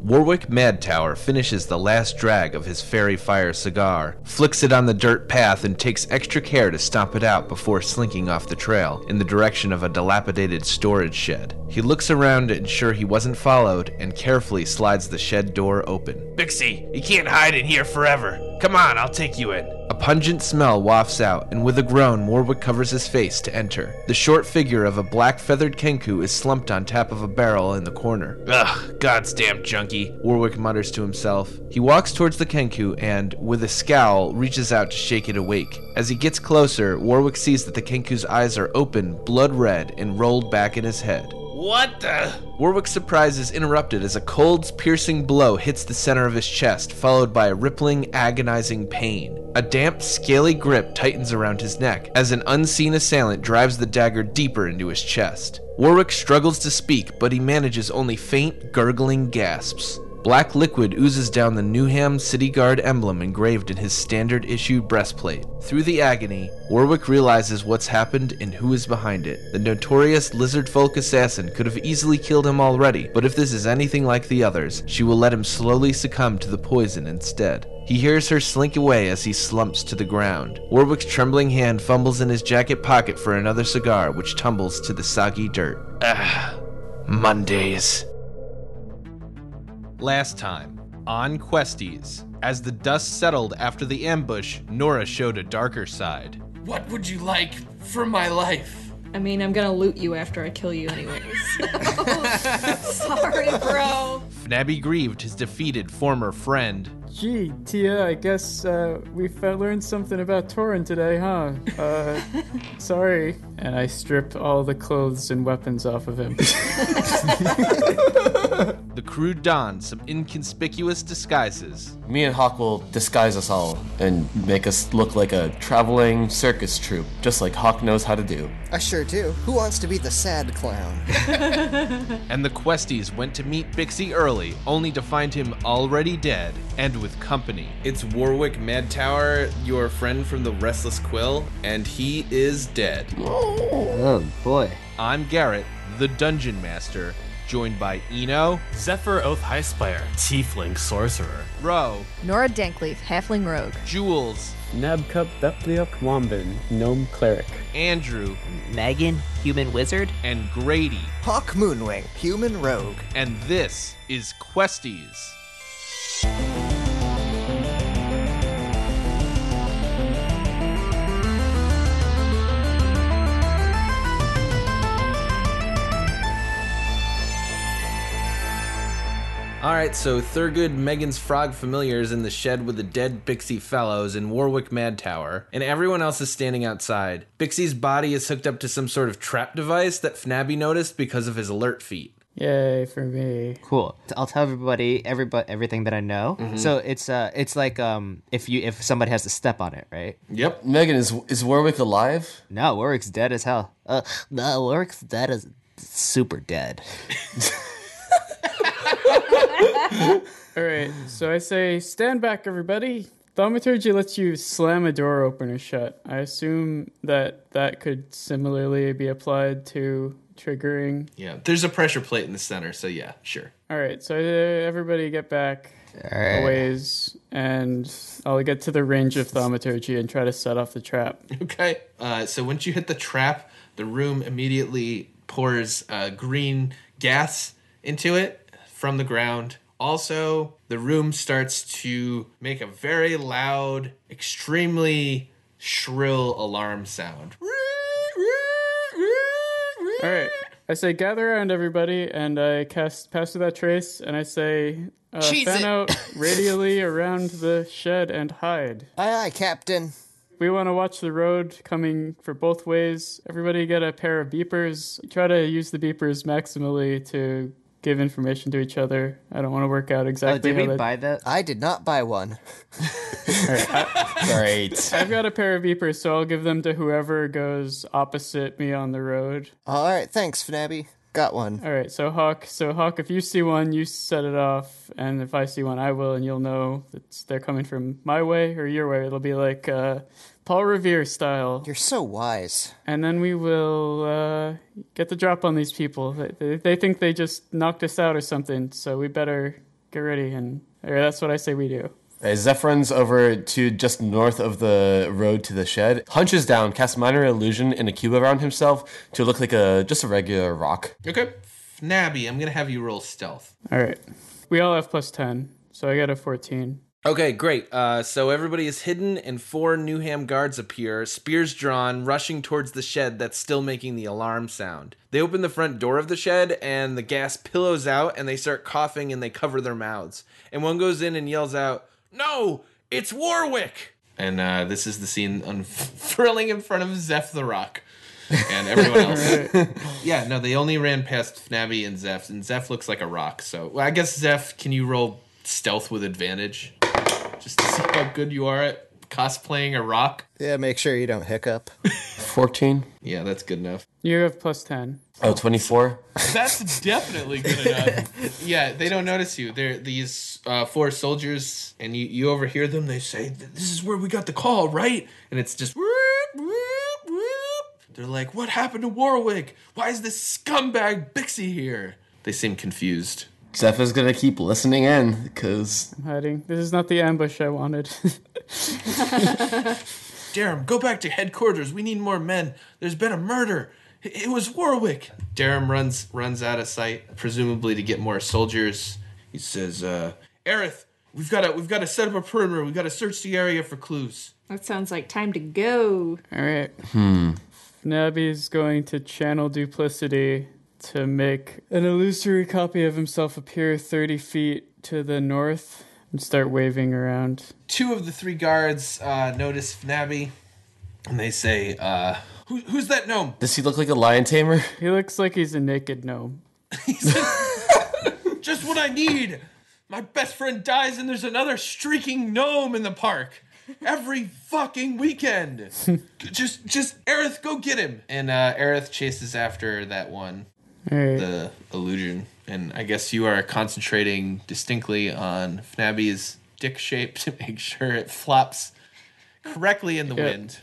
Warwick Madtower finishes the last drag of his fairy fire cigar, flicks it on the dirt path, and takes extra care to stomp it out before slinking off the trail in the direction of a dilapidated storage shed. He looks around to ensure he wasn't followed and carefully slides the shed door open. Bixie, you can't hide in here forever. Come on, I'll take you in. A pungent smell wafts out, and with a groan, Warwick covers his face to enter. The short figure of a black feathered Kenku is slumped on top of a barrel in the corner. Ugh, God's damn junkie. Warwick mutters to himself. He walks towards the Kenku and, with a scowl, reaches out to shake it awake. As he gets closer, Warwick sees that the Kenku's eyes are open, blood red, and rolled back in his head. What the? Warwick's surprise is interrupted as a cold, piercing blow hits the center of his chest, followed by a rippling, agonizing pain. A damp, scaly grip tightens around his neck as an unseen assailant drives the dagger deeper into his chest. Warwick struggles to speak, but he manages only faint, gurgling gasps. Black liquid oozes down the Newham City Guard emblem engraved in his standard issue breastplate. Through the agony, Warwick realizes what's happened and who is behind it. The notorious lizard folk assassin could have easily killed him already, but if this is anything like the others, she will let him slowly succumb to the poison instead. He hears her slink away as he slumps to the ground. Warwick's trembling hand fumbles in his jacket pocket for another cigar, which tumbles to the soggy dirt. Ah, Mondays. Last time on Questies. As the dust settled after the ambush, Nora showed a darker side. What would you like for my life? I mean, I'm gonna loot you after I kill you anyways. Sorry, bro. Fnabby grieved his defeated former friend. Gee, Tia, I guess uh, we learned something about Torin today, huh? Uh, sorry. And I strip all the clothes and weapons off of him. The crew donned some inconspicuous disguises. Me and Hawk will disguise us all and make us look like a traveling circus troupe, just like Hawk knows how to do. I sure do. Who wants to be the sad clown? And the Questies went to meet Bixie early, only to find him already dead and with company. It's Warwick Madtower, your friend from the Restless Quill, and he is dead. Oh boy. I'm Garrett, the Dungeon Master, joined by Eno, Zephyr Oath Highspire, Tiefling Sorcerer. Ro, Nora Dankleaf, Halfling Rogue. Jules, Nabcup Bepliok Wambin, Gnome Cleric. Andrew, Megan, human wizard. and Grady. Hawk Moonwing, human rogue. And this is Questies. All right, so Thurgood, Megan's frog familiars in the shed with the dead Bixie fellows in Warwick Mad Tower, and everyone else is standing outside. Bixie's body is hooked up to some sort of trap device that Fnabby noticed because of his alert feet. Yay for me. Cool. T- I'll tell everybody everybody everything that I know. So it's uh it's like um if you if somebody has to step on it, right? Yep. Megan, is, is Warwick alive? No, Warwick's dead as hell. Uh no, Warwick's dead as super dead. All right, so I say, stand back, everybody. Thaumaturgy lets you slam a door open or shut. I assume that that could similarly be applied to triggering. Yeah. There's a pressure plate in the center, so yeah, sure. All right, so uh, everybody get back a ways, and I'll get to the range of thaumaturgy and try to set off the trap. Okay. Uh, so once you hit the trap, the room immediately pours uh, green gas into it from the ground. Also, the room starts to make a very loud, extremely shrill alarm sound. All right, I say, gather around, everybody, and I cast Pass Without Trace, and I say, uh, Cheese fan it. out radially around the shed and hide. Aye, aye, Captain. We want to watch the road coming for both ways. Everybody get a pair of beepers. Try to use the beepers maximally to give information to each other. I don't want to work out Oh, exactly did how we that. buy that? I did not buy one. Great. I've got a pair of beepers, so I'll give them to whoever goes opposite me on the road. All right, thanks, Fnabby. Got one. All right, so Hawk, so Hawk, if you see one, you set it off, and if I see one, I will, and you'll know that they're coming from my way or your way. It'll be like uh, Paul Revere style. You're so wise. And then we will uh, get the drop on these people. They, they, they think they just knocked us out or something, so we better get ready, and or that's what I say we do. Uh, Zephron's over to just north of the road to the shed, hunches down, casts minor illusion in a cube around himself to look like a just a regular rock. Okay. Nabby, I'm going to have you roll stealth. All right, we all have plus ten, so I got a fourteen. Okay, great. Uh, so everybody is hidden, and four Newham guards appear, spears drawn, rushing towards the shed that's still making the alarm sound. They open the front door of the shed, and the gas pillows out, and they start coughing and they cover their mouths. And one goes in and yells out, No, it's Warwick! And uh, this is the scene unfurling in front of Zeph the Rock and everyone else. yeah, no, they only ran past Fnabby and Zeph, and Zeph looks like a rock. So well, I guess Zeph, can you roll stealth with advantage? Just to see how good you are at cosplaying a rock. Yeah, make sure you don't hiccup. 14. Yeah, that's good enough. You have plus ten. Oh, 24. That's definitely good enough. yeah, they don't notice you. They're these uh, four soldiers, and you, you overhear them. They say, "This is where we got the call, right?" And it's just whoop, whoop, whoop. They're like, "What happened to Warwick? Why is this scumbag Bixie here?" They seem confused. Zeph is gonna keep listening in because I'm hiding. This is not the ambush I wanted. Darum, go back to headquarters. We need more men. There's been a murder. It it was Warwick. Darum runs runs out of sight, presumably to get more soldiers. He says, uh, "Aerith, we've got to we've got to set up a perimeter. We've got to search the area for clues." That sounds like time to go. all right. Hmm. Nabby's going to channel duplicity to make an illusory copy of himself appear 30 feet to the north and start waving around. Two of the three guards uh, notice Fnabby, and they say, uh, Who, "Who's that gnome?" does he look like a lion tamer? He looks like he's a naked gnome. Just what I need. My best friend dies, and there's another streaking gnome in the park every fucking weekend. just, just Aerith, go get him. And uh, Aerith chases after that one, All right. the illusion. And I guess you are concentrating distinctly on Fnabby's dick shape to make sure it flops correctly in the wind.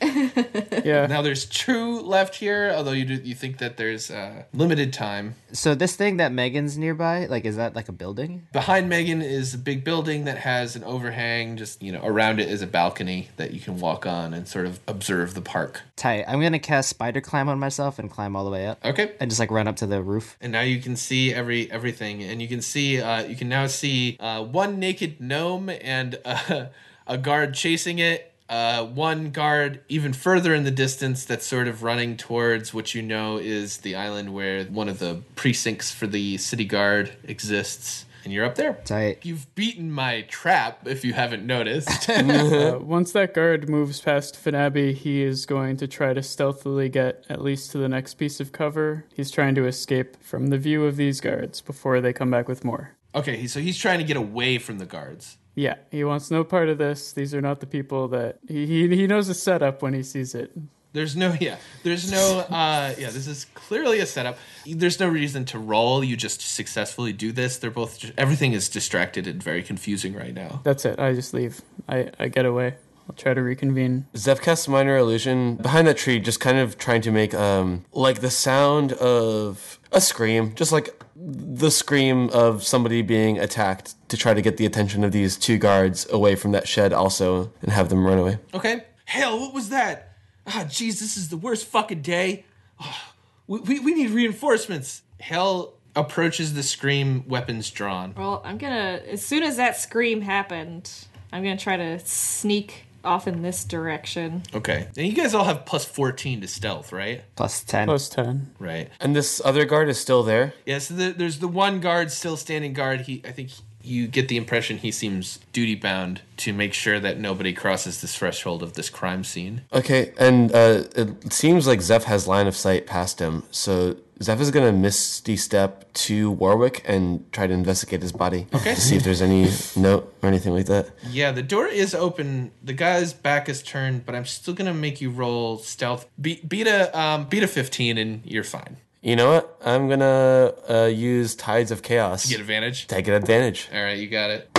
Yeah. Now there's two left here, although you do, you think that there's uh, limited time. So this thing that Megan's nearby, like, is that like a building? Behind Megan is a big building that has an overhang. Just you know, around it is a balcony that you can walk on and sort of observe the park. Tight. I'm gonna cast spider climb on myself and climb all the way up, Okay, and just like run up to the roof. and now you can see every everything, and you can see uh, you can now see uh, one naked gnome and uh, a guard chasing it. Uh, one guard even further in the distance that's sort of running towards what you know is the island where one of the precincts for the city guard exists. And you're up there. Tight. You've beaten my trap, if you haven't noticed. Uh, once that guard moves past Finabi, he is going to try to stealthily get at least to the next piece of cover. He's trying to escape from the view of these guards before they come back with more. Okay, he- so he's trying to get away from the guards. Yeah, he wants no part of this. These are not the people that he he, he knows the setup when he sees it. There's no, yeah, there's no, uh, yeah, this is clearly a setup. There's no reason to roll. You just successfully do this. They're both, ju- everything is distracted and very confusing right now. That's it. I just leave. I, I get away. I'll try to reconvene. Zeph casts minor illusion behind that tree, just kind of trying to make um like the sound of a scream, just like the scream of somebody being attacked to try to get the attention of these two guards away from that shed also and have them run away. Okay. Hell, what was that? Ah, jeez, this is the worst fucking day. Ah, we, we, we need reinforcements. Hell approaches the scream, weapons drawn. Well, I'm gonna. As soon as that scream happened, I'm gonna try to sneak off in this direction. Okay. And you guys all have plus 14 to stealth, right? Plus ten. Plus 10. Right. And this other guard is still there. Yeah, so the, there's the one guard still standing guard. He, I think, he- you get the impression he seems duty bound to make sure that nobody crosses this threshold of this crime scene. Okay, and uh, it seems like Zeph has line of sight past him, so Zeph is gonna misty step to Warwick and try to investigate his body okay. to see if there's any note or anything like that. Yeah, the door is open. The guy's back is turned, but I'm still gonna make you roll stealth. Be- beat a um, beat a 15, and you're fine. You know what? I'm gonna uh, use Tides of Chaos. Get advantage. Take an advantage. All right, you got it.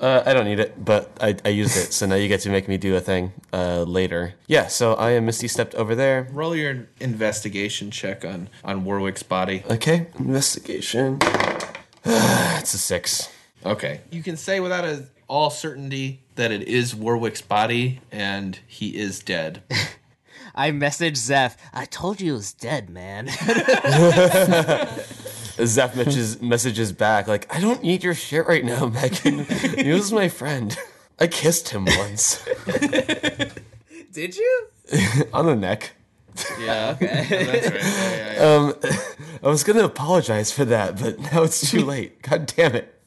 Uh, I don't need it, but I, I used it, so now you get to make me do a thing uh, later. Yeah, so I am misty stepped over there. Roll your investigation check on on Warwick's body. Okay, investigation. it's a six. Okay. You can say without a all certainty that it is Warwick's body and he is dead. I messaged Zeph. I told you he was dead, man. Zeph messages, messages back like, I don't need your shit right now, Megan. he was my friend. I kissed him once Did you? on the neck. Yeah. Okay. Oh, That's right. Um, I was gonna apologize for that, but now it's too late. God damn it!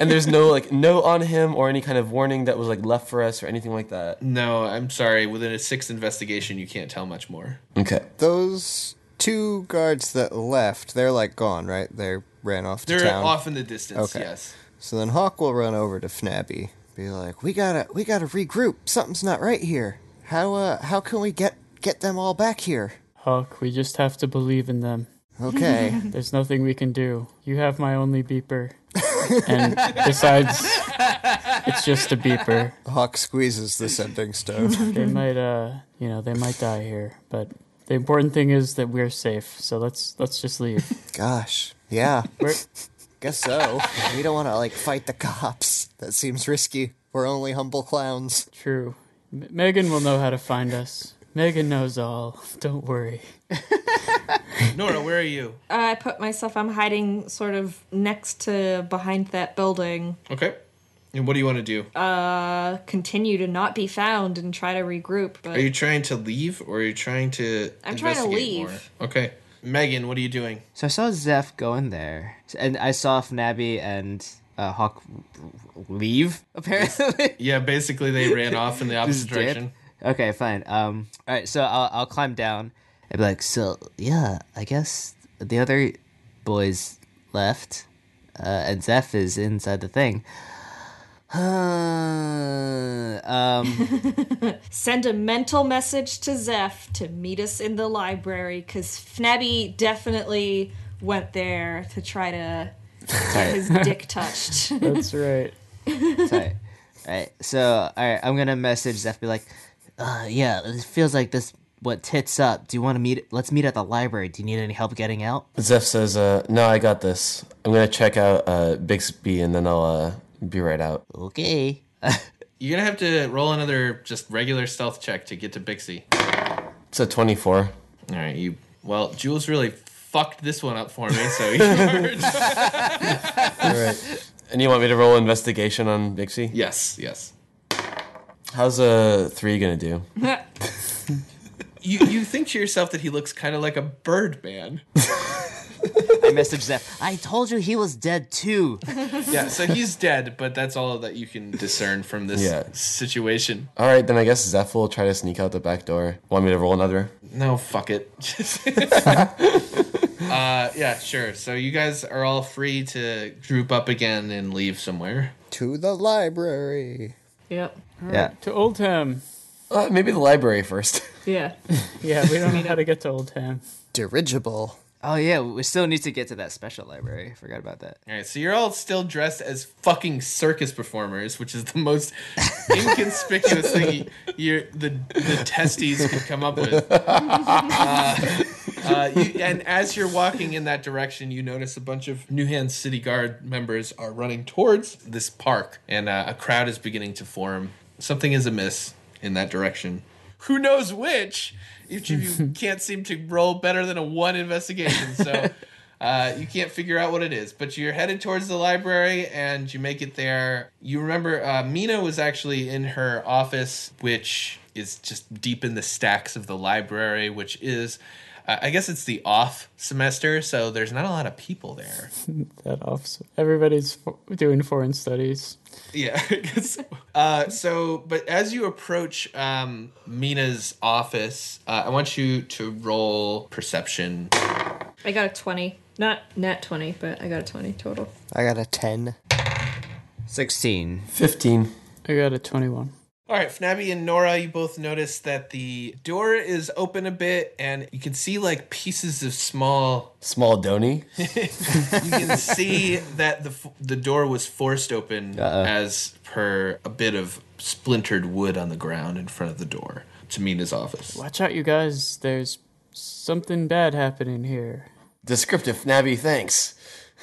and there's no like no on him or any kind of warning that was like left for us or anything like that. No, I'm sorry. Within a sixth investigation, you can't tell much more. Okay. Those two guards that left, they're like gone, right? They ran off to They're town. off in the distance, yes. So then Hawk will run over to Fnabby, be like, "We gotta, we gotta regroup. Something's not right here. How, uh, how can we get get them all back here?" Hawk, we just have to believe in them. Okay. There's nothing we can do. You have my only beeper. and besides, it's just a beeper. Hawk squeezes the sending stone. They might, uh, you know, they might die here, but the important thing is that we're safe. So let's let's just leave. Gosh, yeah. We're, Guess so. We don't want to like fight the cops. That seems risky. We're only humble clowns. True. M- Megan will know how to find us. Megan knows all. Don't worry. Nora, where are you? I put myself. I'm hiding sort of next to behind that building. Okay. And what do you want to do? Uh, continue to not be found and try to regroup. But Are you trying to leave or are you trying to I'm trying to investigate leave. more? Okay. Megan, what are you doing? So I saw Zeph go in there, and I saw Fnabby and uh, Hawk leave. Apparently, Yeah, basically they ran off in the opposite Just dip. direction. Okay, fine. Um, all right. So I'll I'll climb down. I'd be like, so yeah, I guess the other boys left, uh, and Zeph is inside the thing. Uh, um, send a mental message to Zeph to meet us in the library because Fnabby definitely went there to try to get his dick touched. That's right. sorry. All right. So all right, I'm gonna message Zeph. Be like, uh, yeah, it feels like this. What tits up? Do you want to meet? Let's meet at the library. Do you need any help getting out? Zeph says, uh, "No, I got this. I'm gonna check out uh, Bixby and then I'll uh, be right out." Okay. You're going to have to roll another just regular stealth check to get to Bixie. It's a All 24. right, you. Well, Jules really fucked this one up for me, so you're. All right. And you want me to roll investigation on Bixby? yes, yes. How's a three gonna do? You you think to yourself that he looks kind of like a bird man. I message Zeph. I told you he was dead too. Yeah, so he's dead, but that's all that you can discern from this Yeah. situation. All right, then I guess Zeph will try to sneak out the back door. Want me to roll another? No, fuck it. uh, yeah, sure. So you guys are all free to group up again and leave somewhere. To the library. yep. Yeah. To Oldham. Uh, maybe the library first. Yeah. Yeah, we don't know how to get to Oldham. Dirigible. Oh yeah, we still need to get to that special library. I forgot about that. All right, so you're all still dressed as fucking circus performers, which is the most inconspicuous thing you, you're, the the testes could come up with. Uh, you, and as you're walking in that direction, you notice a bunch of New Hand City Guard members are running towards this park, and uh, a crowd is beginning to form. Something is amiss in that direction. Who knows which? Each of you can't seem to roll better than a one investigation, so uh, you can't figure out what it is. But you're headed towards the library, and you make it there. You remember uh, Mina was actually in her office, which is just deep in the stacks of the library, which is I I guess it's the off semester, so there's not a lot of people there. That officer. Everybody's fo- doing foreign studies. Yeah. 'cause- uh, so, but as you approach um, Mina's office, uh, I want you to roll perception. I got a 20. Not net 20, but I got a 20 total. I got a 10. Sixteen. 15. I got a 21. All right, Fnabby and Nora, you both notice that the door is open a bit, and you can see like pieces of small. Small Donny. You can see that the f- the door was forced open as per a bit of splintered wood on the ground in front of the door to Mina's office. Watch out, you guys. There's something bad happening here. Descriptive Nabby, thanks.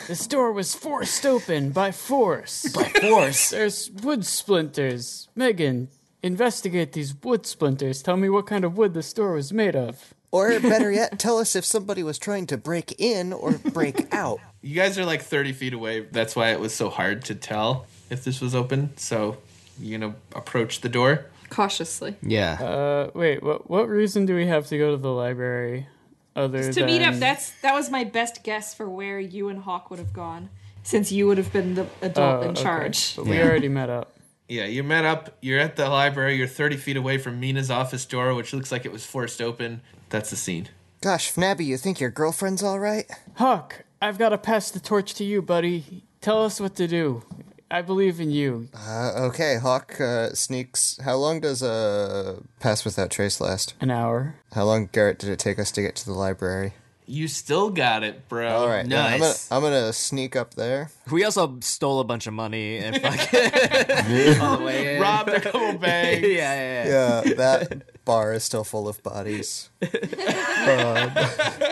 This door was forced open by force. By force? There's wood splinters. Megan, investigate these wood splinters. Tell me what kind of wood this door was made of. Or better yet, tell us if somebody was trying to break in or break out. You guys are like 30 feet away. That's why it was so hard to tell if this was open. So you're going to approach the door. Cautiously. Yeah. Uh, wait, what what reason do we have to go to the library other To than meet up, that's that was my best guess for where you and Hawk would have gone, since you would have been the adult Oh, in okay. charge. But we already met up. Yeah, you met up. You're at the library. You're 30 feet away from Mina's office door, which looks like it was forced open. That's the scene. Gosh, Fnabby, you think your girlfriend's all right? Hawk, I've got to pass the torch to you, buddy. Tell us what to do. I believe in you. Uh, okay, Hawk uh, sneaks. How long does uh, Pass Without Trace last? An hour. How long, Garrett, did it take us to get to the library? You still got it, bro. All right, yeah, I'm gonna- I'm gonna, sneak up there. We also stole a bunch of money and fuck on the way in. Rob the couple banks. yeah, yeah, yeah. Yeah, that bar is still full of bodies. Um,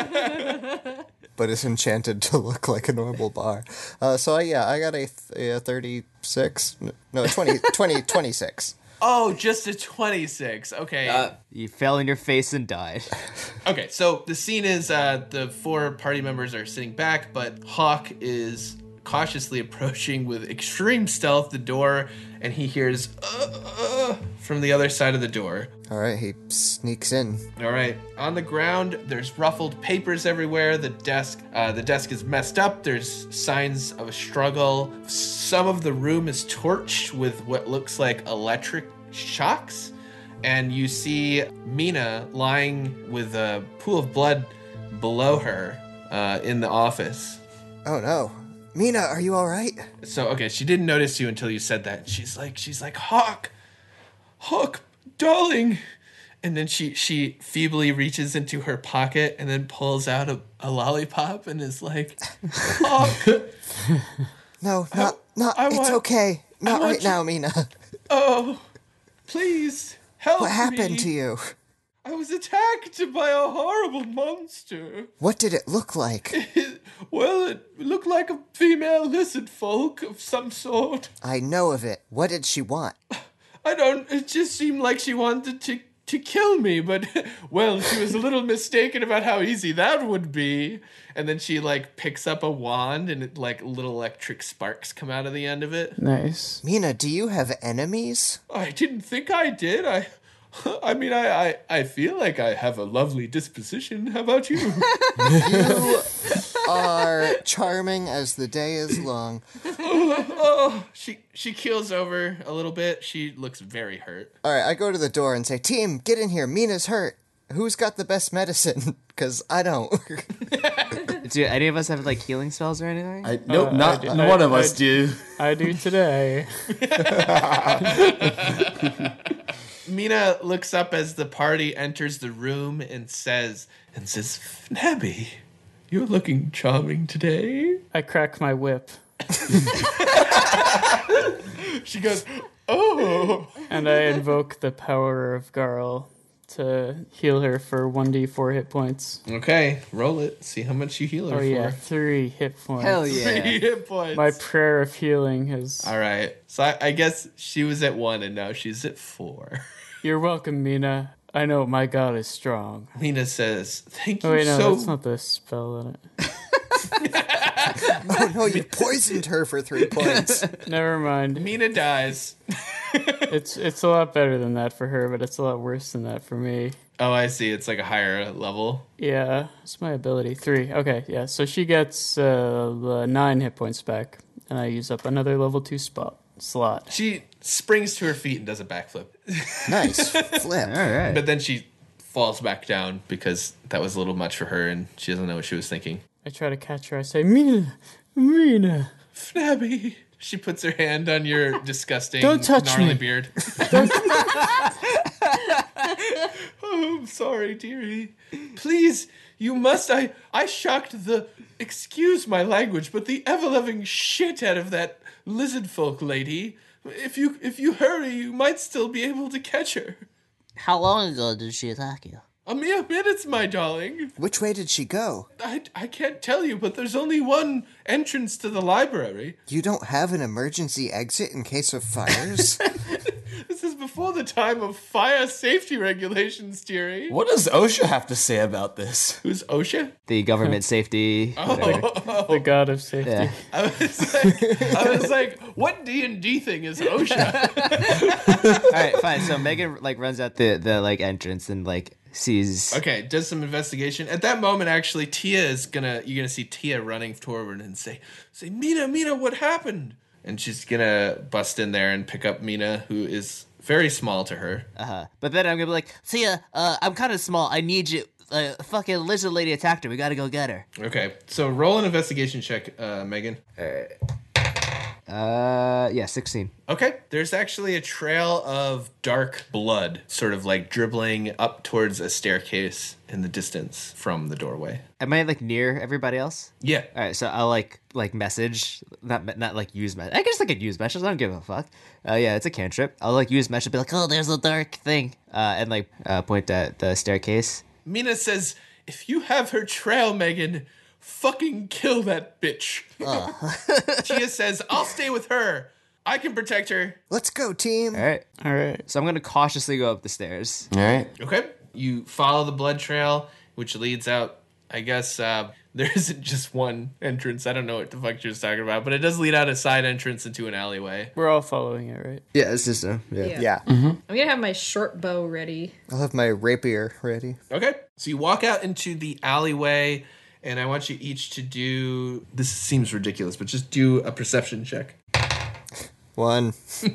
but it's enchanted to look like a normal bar. Uh, so, I, yeah, I got a, th- a 36. No, 20, 20, 26. Oh, just a 26. Okay. Uh, you fell in your face and died. Okay, so the scene is uh, the four party members are sitting back, but Hawk is cautiously approaching with extreme stealth the door, and he hears uh, uh, from the other side of the door. All right, he sneaks in. All right. On the ground, there's ruffled papers everywhere. The desk, uh, the desk is messed up. There's signs of a struggle. Some of the room is torched with what looks like electric shocks, and you see Mina lying with a pool of blood below her uh, in the office. Oh no. Mina, are you all right? So okay, she didn't notice you until you said that. She's like, she's like, Hawk, Hawk, darling. And then she she feebly reaches into her pocket and then pulls out a, a lollipop and is like, Hawk, No, not, not, it's want- okay. Not want right you- now, Mina. oh, please help What happened me. to you? I was attacked by a horrible monster. What did it look like? Well, it looked like a female lizard folk of some sort. I know of it. What did she want? I don't. It just seemed like she wanted to to kill me, but well, she was a little mistaken about how easy that would be. And then she like picks up a wand, and it, like little electric sparks come out of the end of it. Nice. Mina, do you have enemies? I didn't think I did. I. I mean, I, I, I feel like I have a lovely disposition. How about you? Are charming as the day is long. oh, she she keels over a little bit. She looks very hurt. All right, I go to the door and say, Team, get in here. Mina's hurt. Who's got the best medicine? Because I don't. Do any of us have like healing spells or anything? I, nope, not one of us do. I do today. Mina looks up as the party enters the room and says, and says, Fnabby, you're looking charming today. I crack my whip. she goes, oh. and I invoke the power of Garl to heal her for 1d4 hit points. Okay, roll it. See how much you heal her Oh, yeah, for. three hit points. Hell yeah. Three hit points. My prayer of healing has. All right. So I, I guess she was at one and now she's at four. You're welcome, Mina. I know my god is strong. Mina says, Thank Oh, you wait, no, so that's not the spell in it. oh no, you poisoned her for three points. Never mind. Mina dies. it's it's a lot better than that for her, but it's a lot worse than that for me. Oh, I see. It's like a higher level. Yeah, it's my ability. Three. Okay, yeah. So she gets uh, uh, nine hit points back, and I use up another level two spot slot. She springs to her feet and does a backflip. Nice flip. All right. But then she falls back down because that was a little much for her and she doesn't know what she was thinking. I try to catch her. I say, Mina, Mina, Fnabby. She puts her hand on your disgusting, Don't touch gnarly me. beard. oh, I'm sorry, dearie. Please, you must. I I shocked the. Excuse my language, but the ever-loving shit out of that lizard folk lady. If you if you hurry, you might still be able to catch her. How long ago did she attack you? A mere minutes, my darling. Which way did she go? I, I can't tell you, but there's only one entrance to the library. You don't have an emergency exit in case of fires? This is before the time of fire safety regulations, dearie. What does OSHA have to say about this? Who's OSHA? The government safety. whatever. The god of safety. Yeah. I was like, I was like what D and D thing is OSHA? All right, fine. So Megan like runs out the the like entrance and like sees. okay, does some investigation. At that moment, actually, Tia is gonna. You're gonna see Tia running forward and say, "Say, Mina, Mina, what happened?" And she's gonna bust in there and pick up Mina, who is very small to her. Uh huh. But then I'm gonna be like, Tia, uh, I'm kind of small. I need you. Uh, fucking lizard lady attacked her. We gotta go get her. Okay, so roll an investigation check, uh, Megan. Uh, yeah, sixteen. Okay, there's actually a trail of dark blood, sort of like dribbling up towards a staircase in the distance from the doorway. Am I like near everybody else? Yeah. All right, so I'll like like message, not me- not like use mesh. I guess I could use meshes. I don't give a fuck. Uh, yeah, it's a cantrip. I'll like use mesh and be like, oh, there's a dark thing, uh, and like uh, point at the staircase. Mina says, "If you have her trail, Megan, fucking kill that bitch." Ah. Tia says, "I'll stay with her. I can protect her." Let's go, team. All right, all right. So I'm gonna cautiously go up the stairs. All right. Okay. You follow the blood trail, which leads out. I guess uh, there isn't just one entrance. I don't know what the fuck you're talking about, but it does lead out a side entrance into an alleyway. We're all following it, right? Yeah, it's just a Yeah. Yeah. I'm gonna have my short bow ready. Mm-hmm. I'll have my rapier ready. Okay. So you walk out into the alleyway, and I want you each to do. This seems ridiculous, but just do a perception check. One.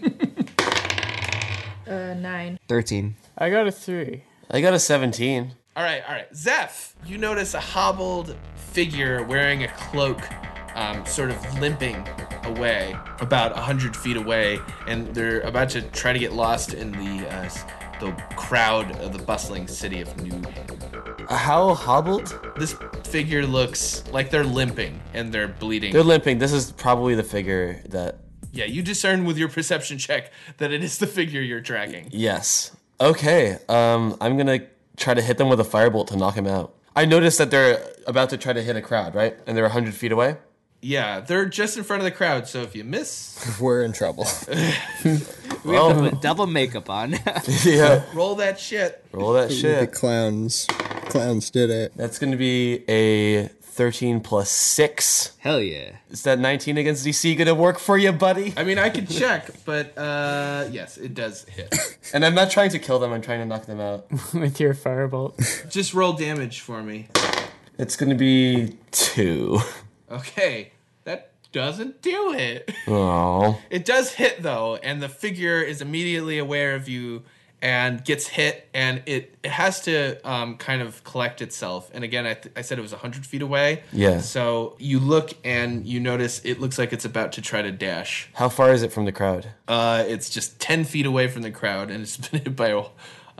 Uh, nine. Thirteen. I got a three. I got a 17. All right, all right. Zeph, you notice a hobbled figure wearing a cloak, um, sort of limping away about 100 feet away, and they're about to try to get lost in the, uh, s- the crowd of the bustling city of New. How hobbled? This figure looks like they're limping and they're bleeding. They're limping. This is probably the figure that. yeah, you discern with your perception check that it is the figure you're tracking. Yes. Okay. Um, I'm gonna try to hit them with a firebolt to knock him out. I noticed that they're about to try to hit a crowd, right? And they're 100 feet away. Yeah, they're just in front of the crowd, so if you miss, We're in trouble. We have to Oh. put double makeup on. yeah. roll that shit. Roll that The shit. clowns. Clowns did it. That's gonna be a 13 plus six. Hell yeah. Is that 19 against DC gonna work for you, buddy? I mean, I could check, but uh, yes, it does hit. And I'm not trying to kill them. I'm trying to knock them out. With your firebolt. Just roll damage for me. It's gonna be two. Okay, that doesn't do it. Oh. It does hit though, and the figure is immediately aware of you and gets hit, and it, it has to um, kind of collect itself. And again, I, th- I said it was 100 feet away. Yeah. So you look and you notice it looks like it's about to try to dash. How far is it from the crowd? Uh, it's just 10 feet away from the crowd, and it's been hit by a,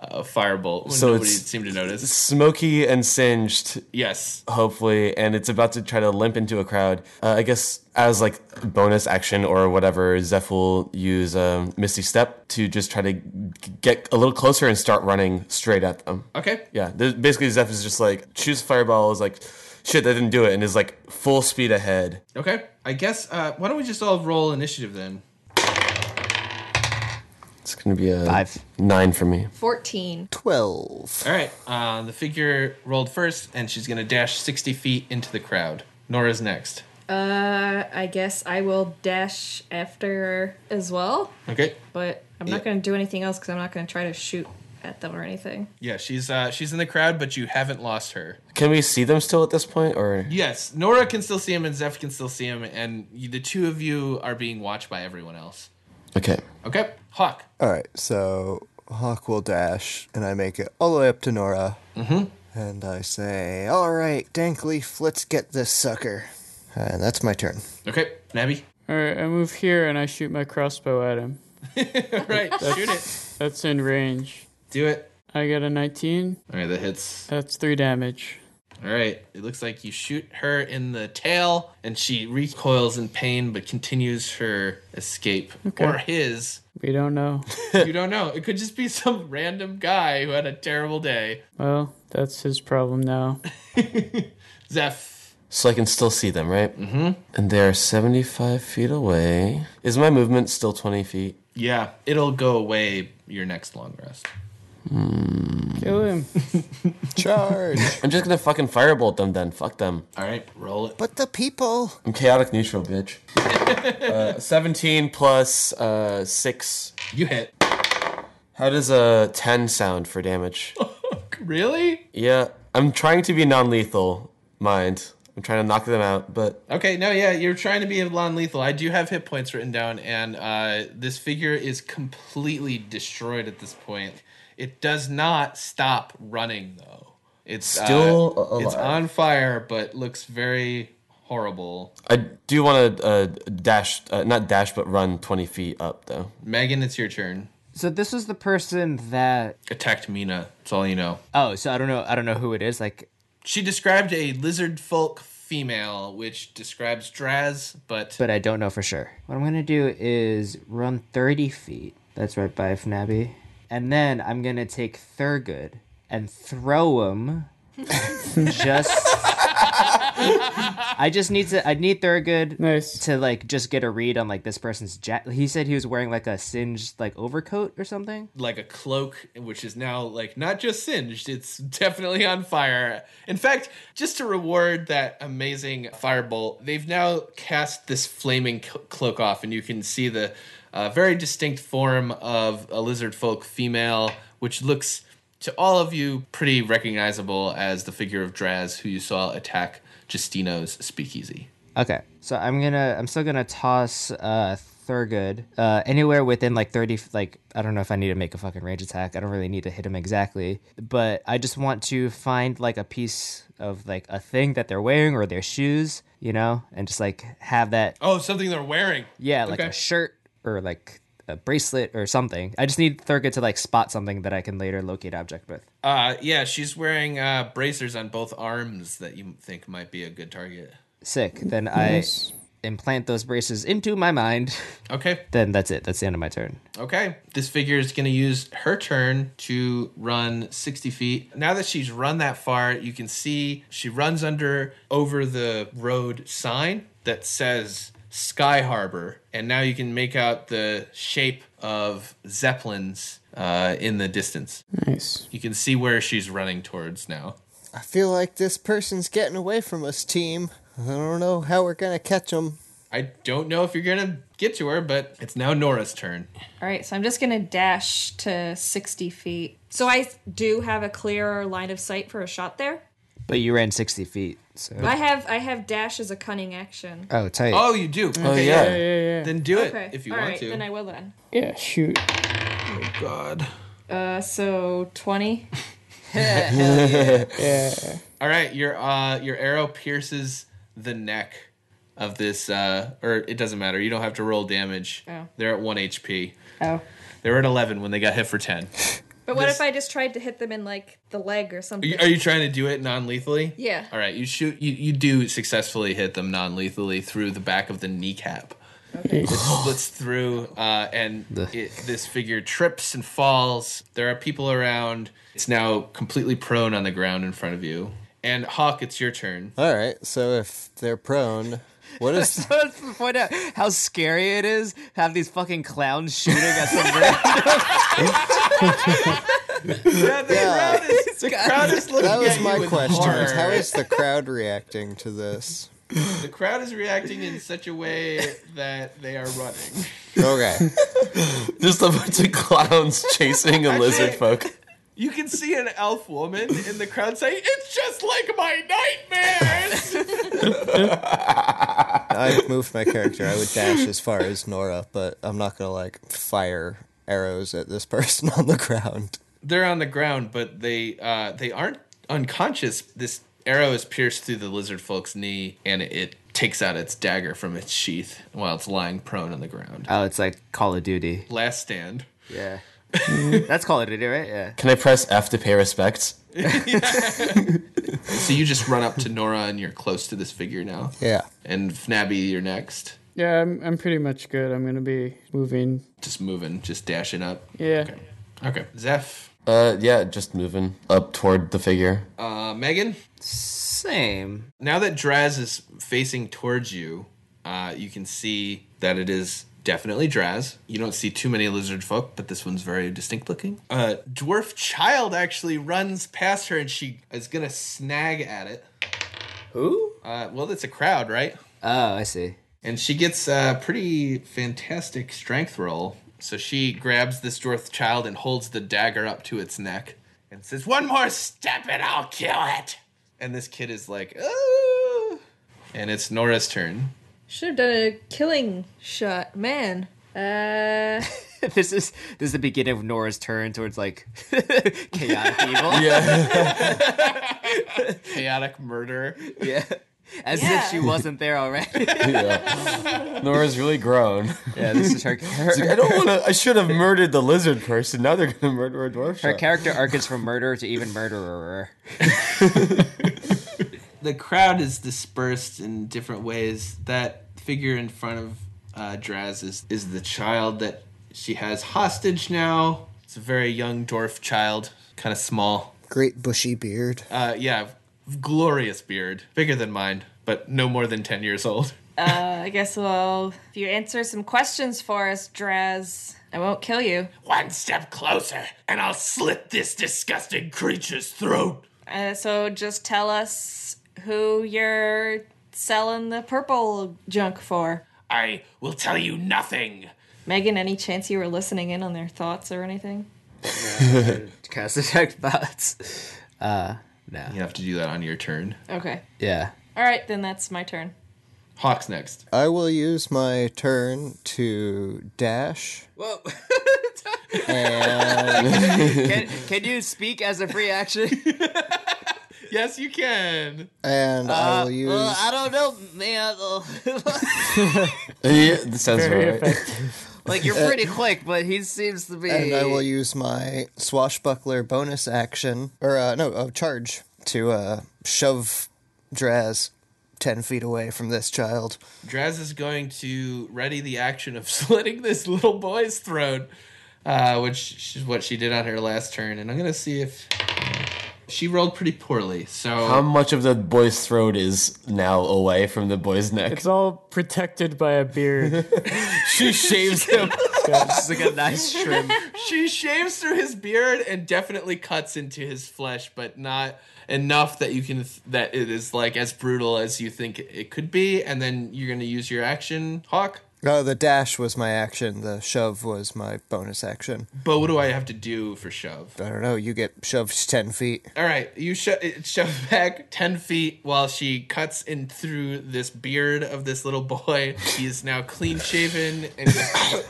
a firebolt. when So Nobody it's- seemed to notice. Smoky and singed, Yes. hopefully, and it's about to try to limp into a crowd. Uh, I guess as like bonus action or whatever, Zeph will use um, Misty Step to just try to g- get a little closer and start running straight at them. Okay. Yeah, there's, basically Zeph is just like shoots a fireball, is like, shit, that didn't do it, and is like full speed ahead. Okay. I guess, uh, why don't we just all roll initiative then? It's gonna be a Five. nine for me. Fourteen. Twelve. All right. Uh, the figure rolled first, and she's going to dash 60 feet into the crowd. Nora's next. Uh, I guess I will dash after as well, Okay. but I'm not gonna do anything else because I'm not gonna try to shoot at them or anything. Yeah, she's uh, she's in the crowd, but you haven't lost her. Can we see them still at this point, or Yes, Nora can still see him, and Zeph can still see him, and you, the two of you are being watched by everyone else. okay? Okay, Hawk. All right, so Hawk will dash, and I make it all the way up to Nora. Mm-hmm. And I say, all right, Dankleaf, let's get this sucker. And that's my turn. Okay, Nabby. All right, I move here and I shoot my crossbow at him. All right, shoot it. That's in range. Do it. I got a 19. All right, that hits. That's three damage. All right. It looks like you shoot her in the tail, and she recoils in pain, but continues her escape or his. We don't know. you don't know. It could just be some random guy who had a terrible day. Well, That's his problem now. Zeph. So I can still see them, right? Mm-hmm. Mhm. And they're 75 feet away. Is my movement still 20 feet? Yeah, it'll go away your next long rest. Hmm. Kill him. Charge. I'm just gonna fucking firebolt them then. Fuck them. All right, roll it. But the people. I'm chaotic neutral, bitch. uh, 17 plus uh, 6. You hit. How does a 10 sound for damage? Really? yeah, I'm trying to be non lethal, mind. I'm trying to knock them out, but Okay, no, yeah, you're trying to be non lethal. I do have hit points written down, and uh, this figure is completely destroyed at this point. It does not stop running, though. It's Still uh, a- it's alive. on fire, but looks very horrible. I do want to uh, dash, uh, not dash, but run 20 feet up, though. Megan, it's your turn. So this is the person that attacked Mina. That's all you know. Oh, so I don't know. I don't know who it is. Like, She described a lizard folk female, which describes Draz, but but I don't know for sure. What I'm gonna do is run 30 feet. That's right by Fnabby, and then I'm gonna take Thurgood and throw him. just. I just need to. I need Thurgood nice. to like just get a read on like this person's jacket. He said he was wearing like a singed like overcoat or something. like a cloak, which is now like not just singed, it's definitely on fire. In fact, just to reward that amazing firebolt, they've now cast this flaming cl- cloak off, and you can see the uh, very distinct form of a lizard folk female, which looks to all of you pretty recognizable as the figure of Draz, who you saw attack Justino's speakeasy. Okay, so I'm gonna I'm still gonna toss uh Thurgood uh anywhere within like thirty f- like I don't know if I need to make a fucking range attack. I don't really need to hit him exactly, but I just want to find like a piece of like a thing that they're wearing or their shoes, you know, and just like have that Oh, something they're wearing. yeah like a Okay. shirt or like a bracelet or something. I just need Thurgood to like spot something that I can later locate object with. Uh, yeah, she's wearing uh, bracers on both arms that you think might be a good target. Sick. Then Nice. I implant those braces into my mind. Okay. Then that's it. That's the end of my turn. Okay. This figure is going to use her turn to run 60 feet. Now that she's run that far, you can see she runs under over the road sign that says Sky Harbor. And now you can make out the shape of zeppelins uh, in the distance. Nice. You can see where she's running towards now. I feel like this person's getting away from us, team. I don't know how we're gonna catch them. I don't know if you're going to get to her, but it's now Nora's turn. All right, so I'm just gonna dash to 60 feet. So I do have a clearer line of sight for a shot there. But you ran 60 feet, so. I have I have dash as a cunning action. Oh, tight. Oh, you do. Mm. Oh, yeah. Yeah, Then do it Okay, if you all want right, to. Then I will then. Yeah, shoot. Oh, God. Uh, so 20. yeah. All right, your uh, your arrow pierces the neck of this, uh, or it doesn't matter. You don't have to roll damage. Oh. They're at one HP. Oh. They were at eleven when they got hit for ten. But what if I just tried to hit them in like the leg or Are something? you, are you trying to do it non-lethally? Yeah. All right, you shoot. You, you do successfully hit them non-lethally through the back of the kneecap. Okay. It splits through, uh, and it, this figure trips and falls. There are people around. It's now completely prone on the ground in front of you. And Hawk, it's your turn. All right, so if they're prone, what is? So let's point out how scary it is to have these fucking clowns shooting at some yeah, the crowd is, that was my question. is How is the crowd reacting to this? The crowd is reacting in such a way that they are running. Okay. just a bunch of clowns chasing a lizard folk. You can see an elf woman in the crowd saying, "It's just like my nightmares." I moved my character. I would dash as far as Nora, but I'm not gonna like fire arrows at this person on the ground. They're on the ground, but they uh, they aren't unconscious. This arrow is pierced through the lizard folk's knee, and it takes out its dagger from its sheath while it's lying prone on the ground. Oh, it's like Call of Duty. Last stand. Yeah. That's Call of Duty, right? Yeah. Can I press F to pay respects? So you just run up to Nora, and you're close to this figure now. Yeah. And Fnabby, you're next. Yeah, I'm, I'm pretty much good. I'm gonna be moving. Just moving, just dashing up. Yeah. Okay, Zeph. Uh, yeah, just moving up toward the figure. Uh, Megan? Same. Now that Draz is facing towards you, uh, you can see that it is definitely Draz. You don't see too many lizard folk, but this one's very distinct looking. Uh, dwarf child actually runs past her and she is gonna snag at it. Who? Uh, well, that's a crowd, right? Oh, I see. And she gets a pretty fantastic strength roll. So she grabs this dwarf child and holds the dagger up to its neck and says, One more step and I'll kill it. And this kid is like, Ooh. And it's Nora's turn. Should have done a killing shot, man. Uh, this is this is the beginning of Nora's turn towards like chaotic evil. Chaotic murder. Yeah. As Yeah. if she wasn't there already. Nora's really grown. Yeah, this is her. It's like, I don't want to. I should have murdered the lizard person. Now they're gonna murder a dwarf. Her shot. character arc is from murder to even murderer. The crowd is dispersed in different ways. That figure in front of uh, Draz is, is the child that she has hostage now. It's a very young dwarf child, kind of small. Great bushy beard. Uh, yeah, glorious beard, bigger than mine, but no more than ten years old. uh, I guess well, if you answer some questions for us, Draz, I won't kill you. One step closer, and I'll slit this disgusting creature's throat. Uh, so just tell us who you're selling the purple junk for. I will tell you nothing. Megan, any chance you were listening in on their thoughts or anything? Cast detect thoughts. Uh, no. You have to do that on your turn. Okay. Yeah. All right, then that's my turn. Hawk's next. I will use my turn to dash. Whoa. and, can, can you speak as a free action? yes, you can. and I Uh, will use. well, I don't know, man. yeah, that sounds Very right. like you're pretty quick, but he seems to be. And I will use my swashbuckler bonus action, or uh, no, uh, charge to uh, shove Draz ten feet away from this child. Draz is going to ready the action of slitting this little boy's throat, uh, which is what she did on her last turn. And I'm going to see if she rolled pretty poorly. So How much of the boy's throat is now away from the boy's neck? It's all protected by a beard. she shaves him. It's like a nice trim. she shaves through his beard and definitely cuts into his flesh, but not enough that you can th- that it is like as brutal as you think it could be. And then you're going to use your action, Hawk. Oh, the dash was my action. The shove was my bonus action. But what do I have to do for shove? I don't know. You get shoved ten feet. All right, you sho- it shove back ten feet while she cuts in through this beard of this little boy. He is now clean shaven, and he's like,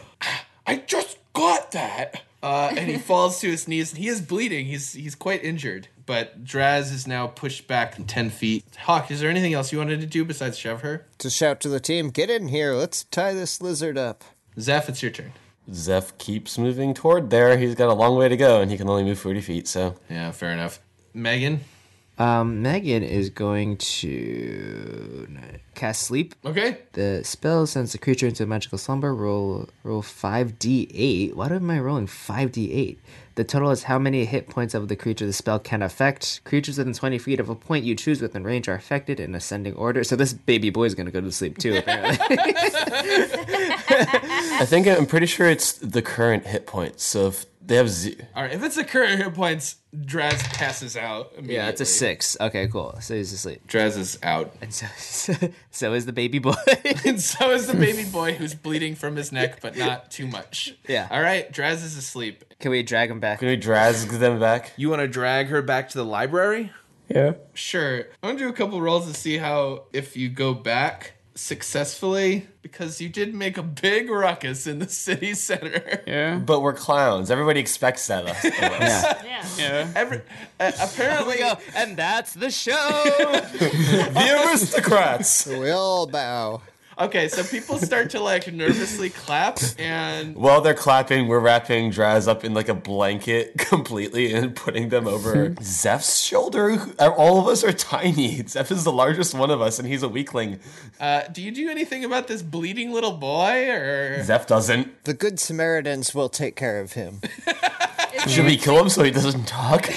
I just got that. Uh, and he falls to his knees, and he is bleeding. He's he's quite injured. But Draz is now pushed back ten feet. Hawk, is there anything else you wanted to do besides shove her? To shout to the team, get in here. Let's tie this lizard up. Zeph, it's your turn. Zeph keeps moving toward there. He's got a long way to go, and he can only move forty feet. So yeah, fair enough. Megan, Um, Megan is going to cast sleep. Okay. The spell sends the creature into a magical slumber. Roll roll five d eight. Why am I rolling five d eight? The total is how many hit points of the creature the spell can affect. Creatures within twenty feet of a point you choose within range are affected in ascending order. So this baby boy is gonna go to sleep too. Apparently. I think I'm pretty sure it's the current hit points. So if they have ze- all right. If it's the current hit points, Draz passes out. Immediately. yeah, it's a six. Okay, cool. So he's asleep. Drez is out. And so, so is the baby boy. and so is the baby boy who's bleeding from his neck, but not too much. Yeah. All right, Draz is asleep. Can we drag him back? Can we drag them back? You want to drag her back to the library? Yeah. Sure. I'm gonna do a couple rolls to see how if you go back successfully because you did make a big ruckus in the city center. Yeah. But we're clowns. Everybody expects that. Of us. Yeah. Yeah. Every, uh, apparently, Oh, and that's the show. the aristocrats. We all bow. Okay, so people start to like nervously clap and While they're clapping, we're wrapping Draz up in like a blanket completely and putting them over Zeph's shoulder. who- uh, All of us are tiny. Zeph is the largest one of us, and he's a weakling. uh, do you do anything about this bleeding little boy or Zeph doesn't. The good Samaritans will take care of him. Is Should we kill him so he doesn't talk?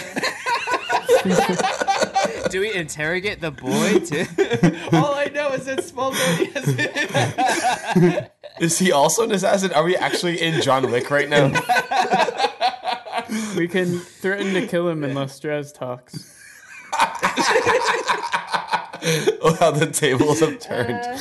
Do we interrogate the boy too? All I know is that Small Tony has Is he also an assassin? Are we actually in John Wick right now? We can threaten to kill him unless Strez talks. oh, how the tables have turned.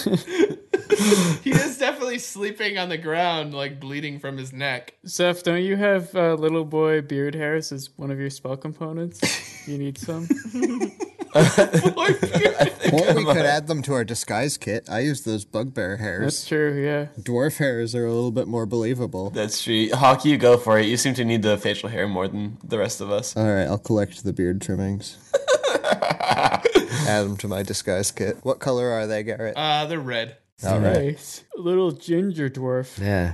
he is definitely sleeping on the ground, like bleeding from his neck. Zeph, don't you have uh, little boy beard hairs as one of your spell components? You need some. Or we could add them to our disguise kit. I use those bugbear hairs. That's true, yeah. Dwarf hairs are a little bit more believable. That's true. Hawk, you go for it. You seem to need the facial hair more than the rest of us. All right, I'll collect the beard trimmings. Add them to my disguise kit. What color are they, Garrett? Uh, they're red. All right. Nice. Little ginger dwarf. Yeah.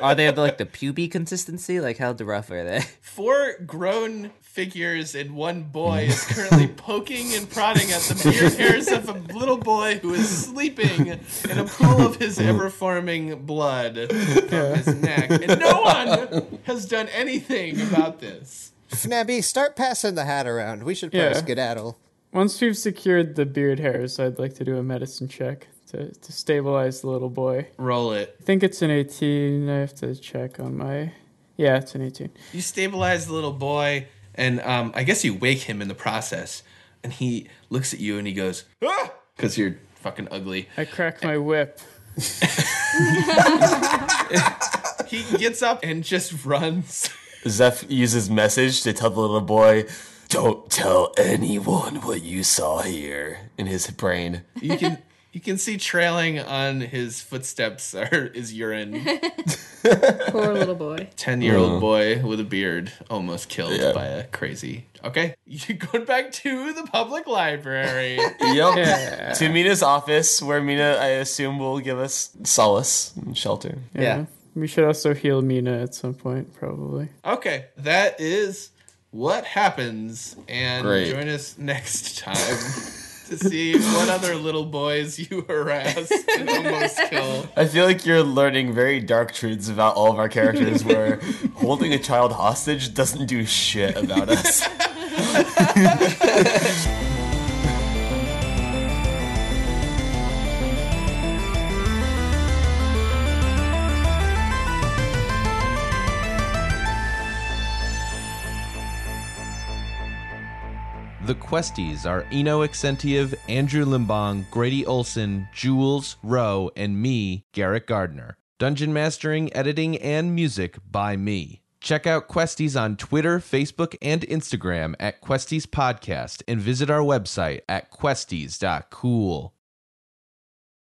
Are they of like the puby consistency? Like how rough are they? Four grown figures and one boy is currently poking and prodding at the beard hairs of a little boy who is sleeping in a pool of his ever forming blood from his neck. And no one has done anything about this. Fnabby, start passing the hat around. We should play Yeah. a skedaddle. Once we've secured the beard hairs, I'd like to do a medicine check to, to stabilize the little boy. Roll it. I think it's an 18. I have to check on my. Yeah, it's an 18. You stabilize the little boy, and um, I guess you wake him in the process. And he looks at you and he goes, ah! Because you're fucking ugly. I crack my whip. He gets up and just runs. Zeph uses message to tell the little boy, "Don't tell anyone what you saw here." In his brain, You can you can see trailing on his footsteps are his urine. Poor little boy. Ten year old Mm. boy with a beard almost killed Yeah. by a crazy. Okay, you go back to the public library. yep. To Mina's office, where Mina, I assume, will give us solace and shelter. We should also heal Mina at some point, probably. Okay, that is what happens, and Great. join us next time to see what other little boys you harass and almost kill. I feel like you're learning very dark truths about all of our characters, where holding a child hostage doesn't do shit about us. The Questies are Eno Exentiev, Andrew Limbong, Grady Olson, Jules Rowe, and me, Garrett Gardner. Dungeon mastering, editing, and music by me. Check out Questies on Twitter, Facebook, and Instagram at Questies Podcast and visit our website at questies.cool.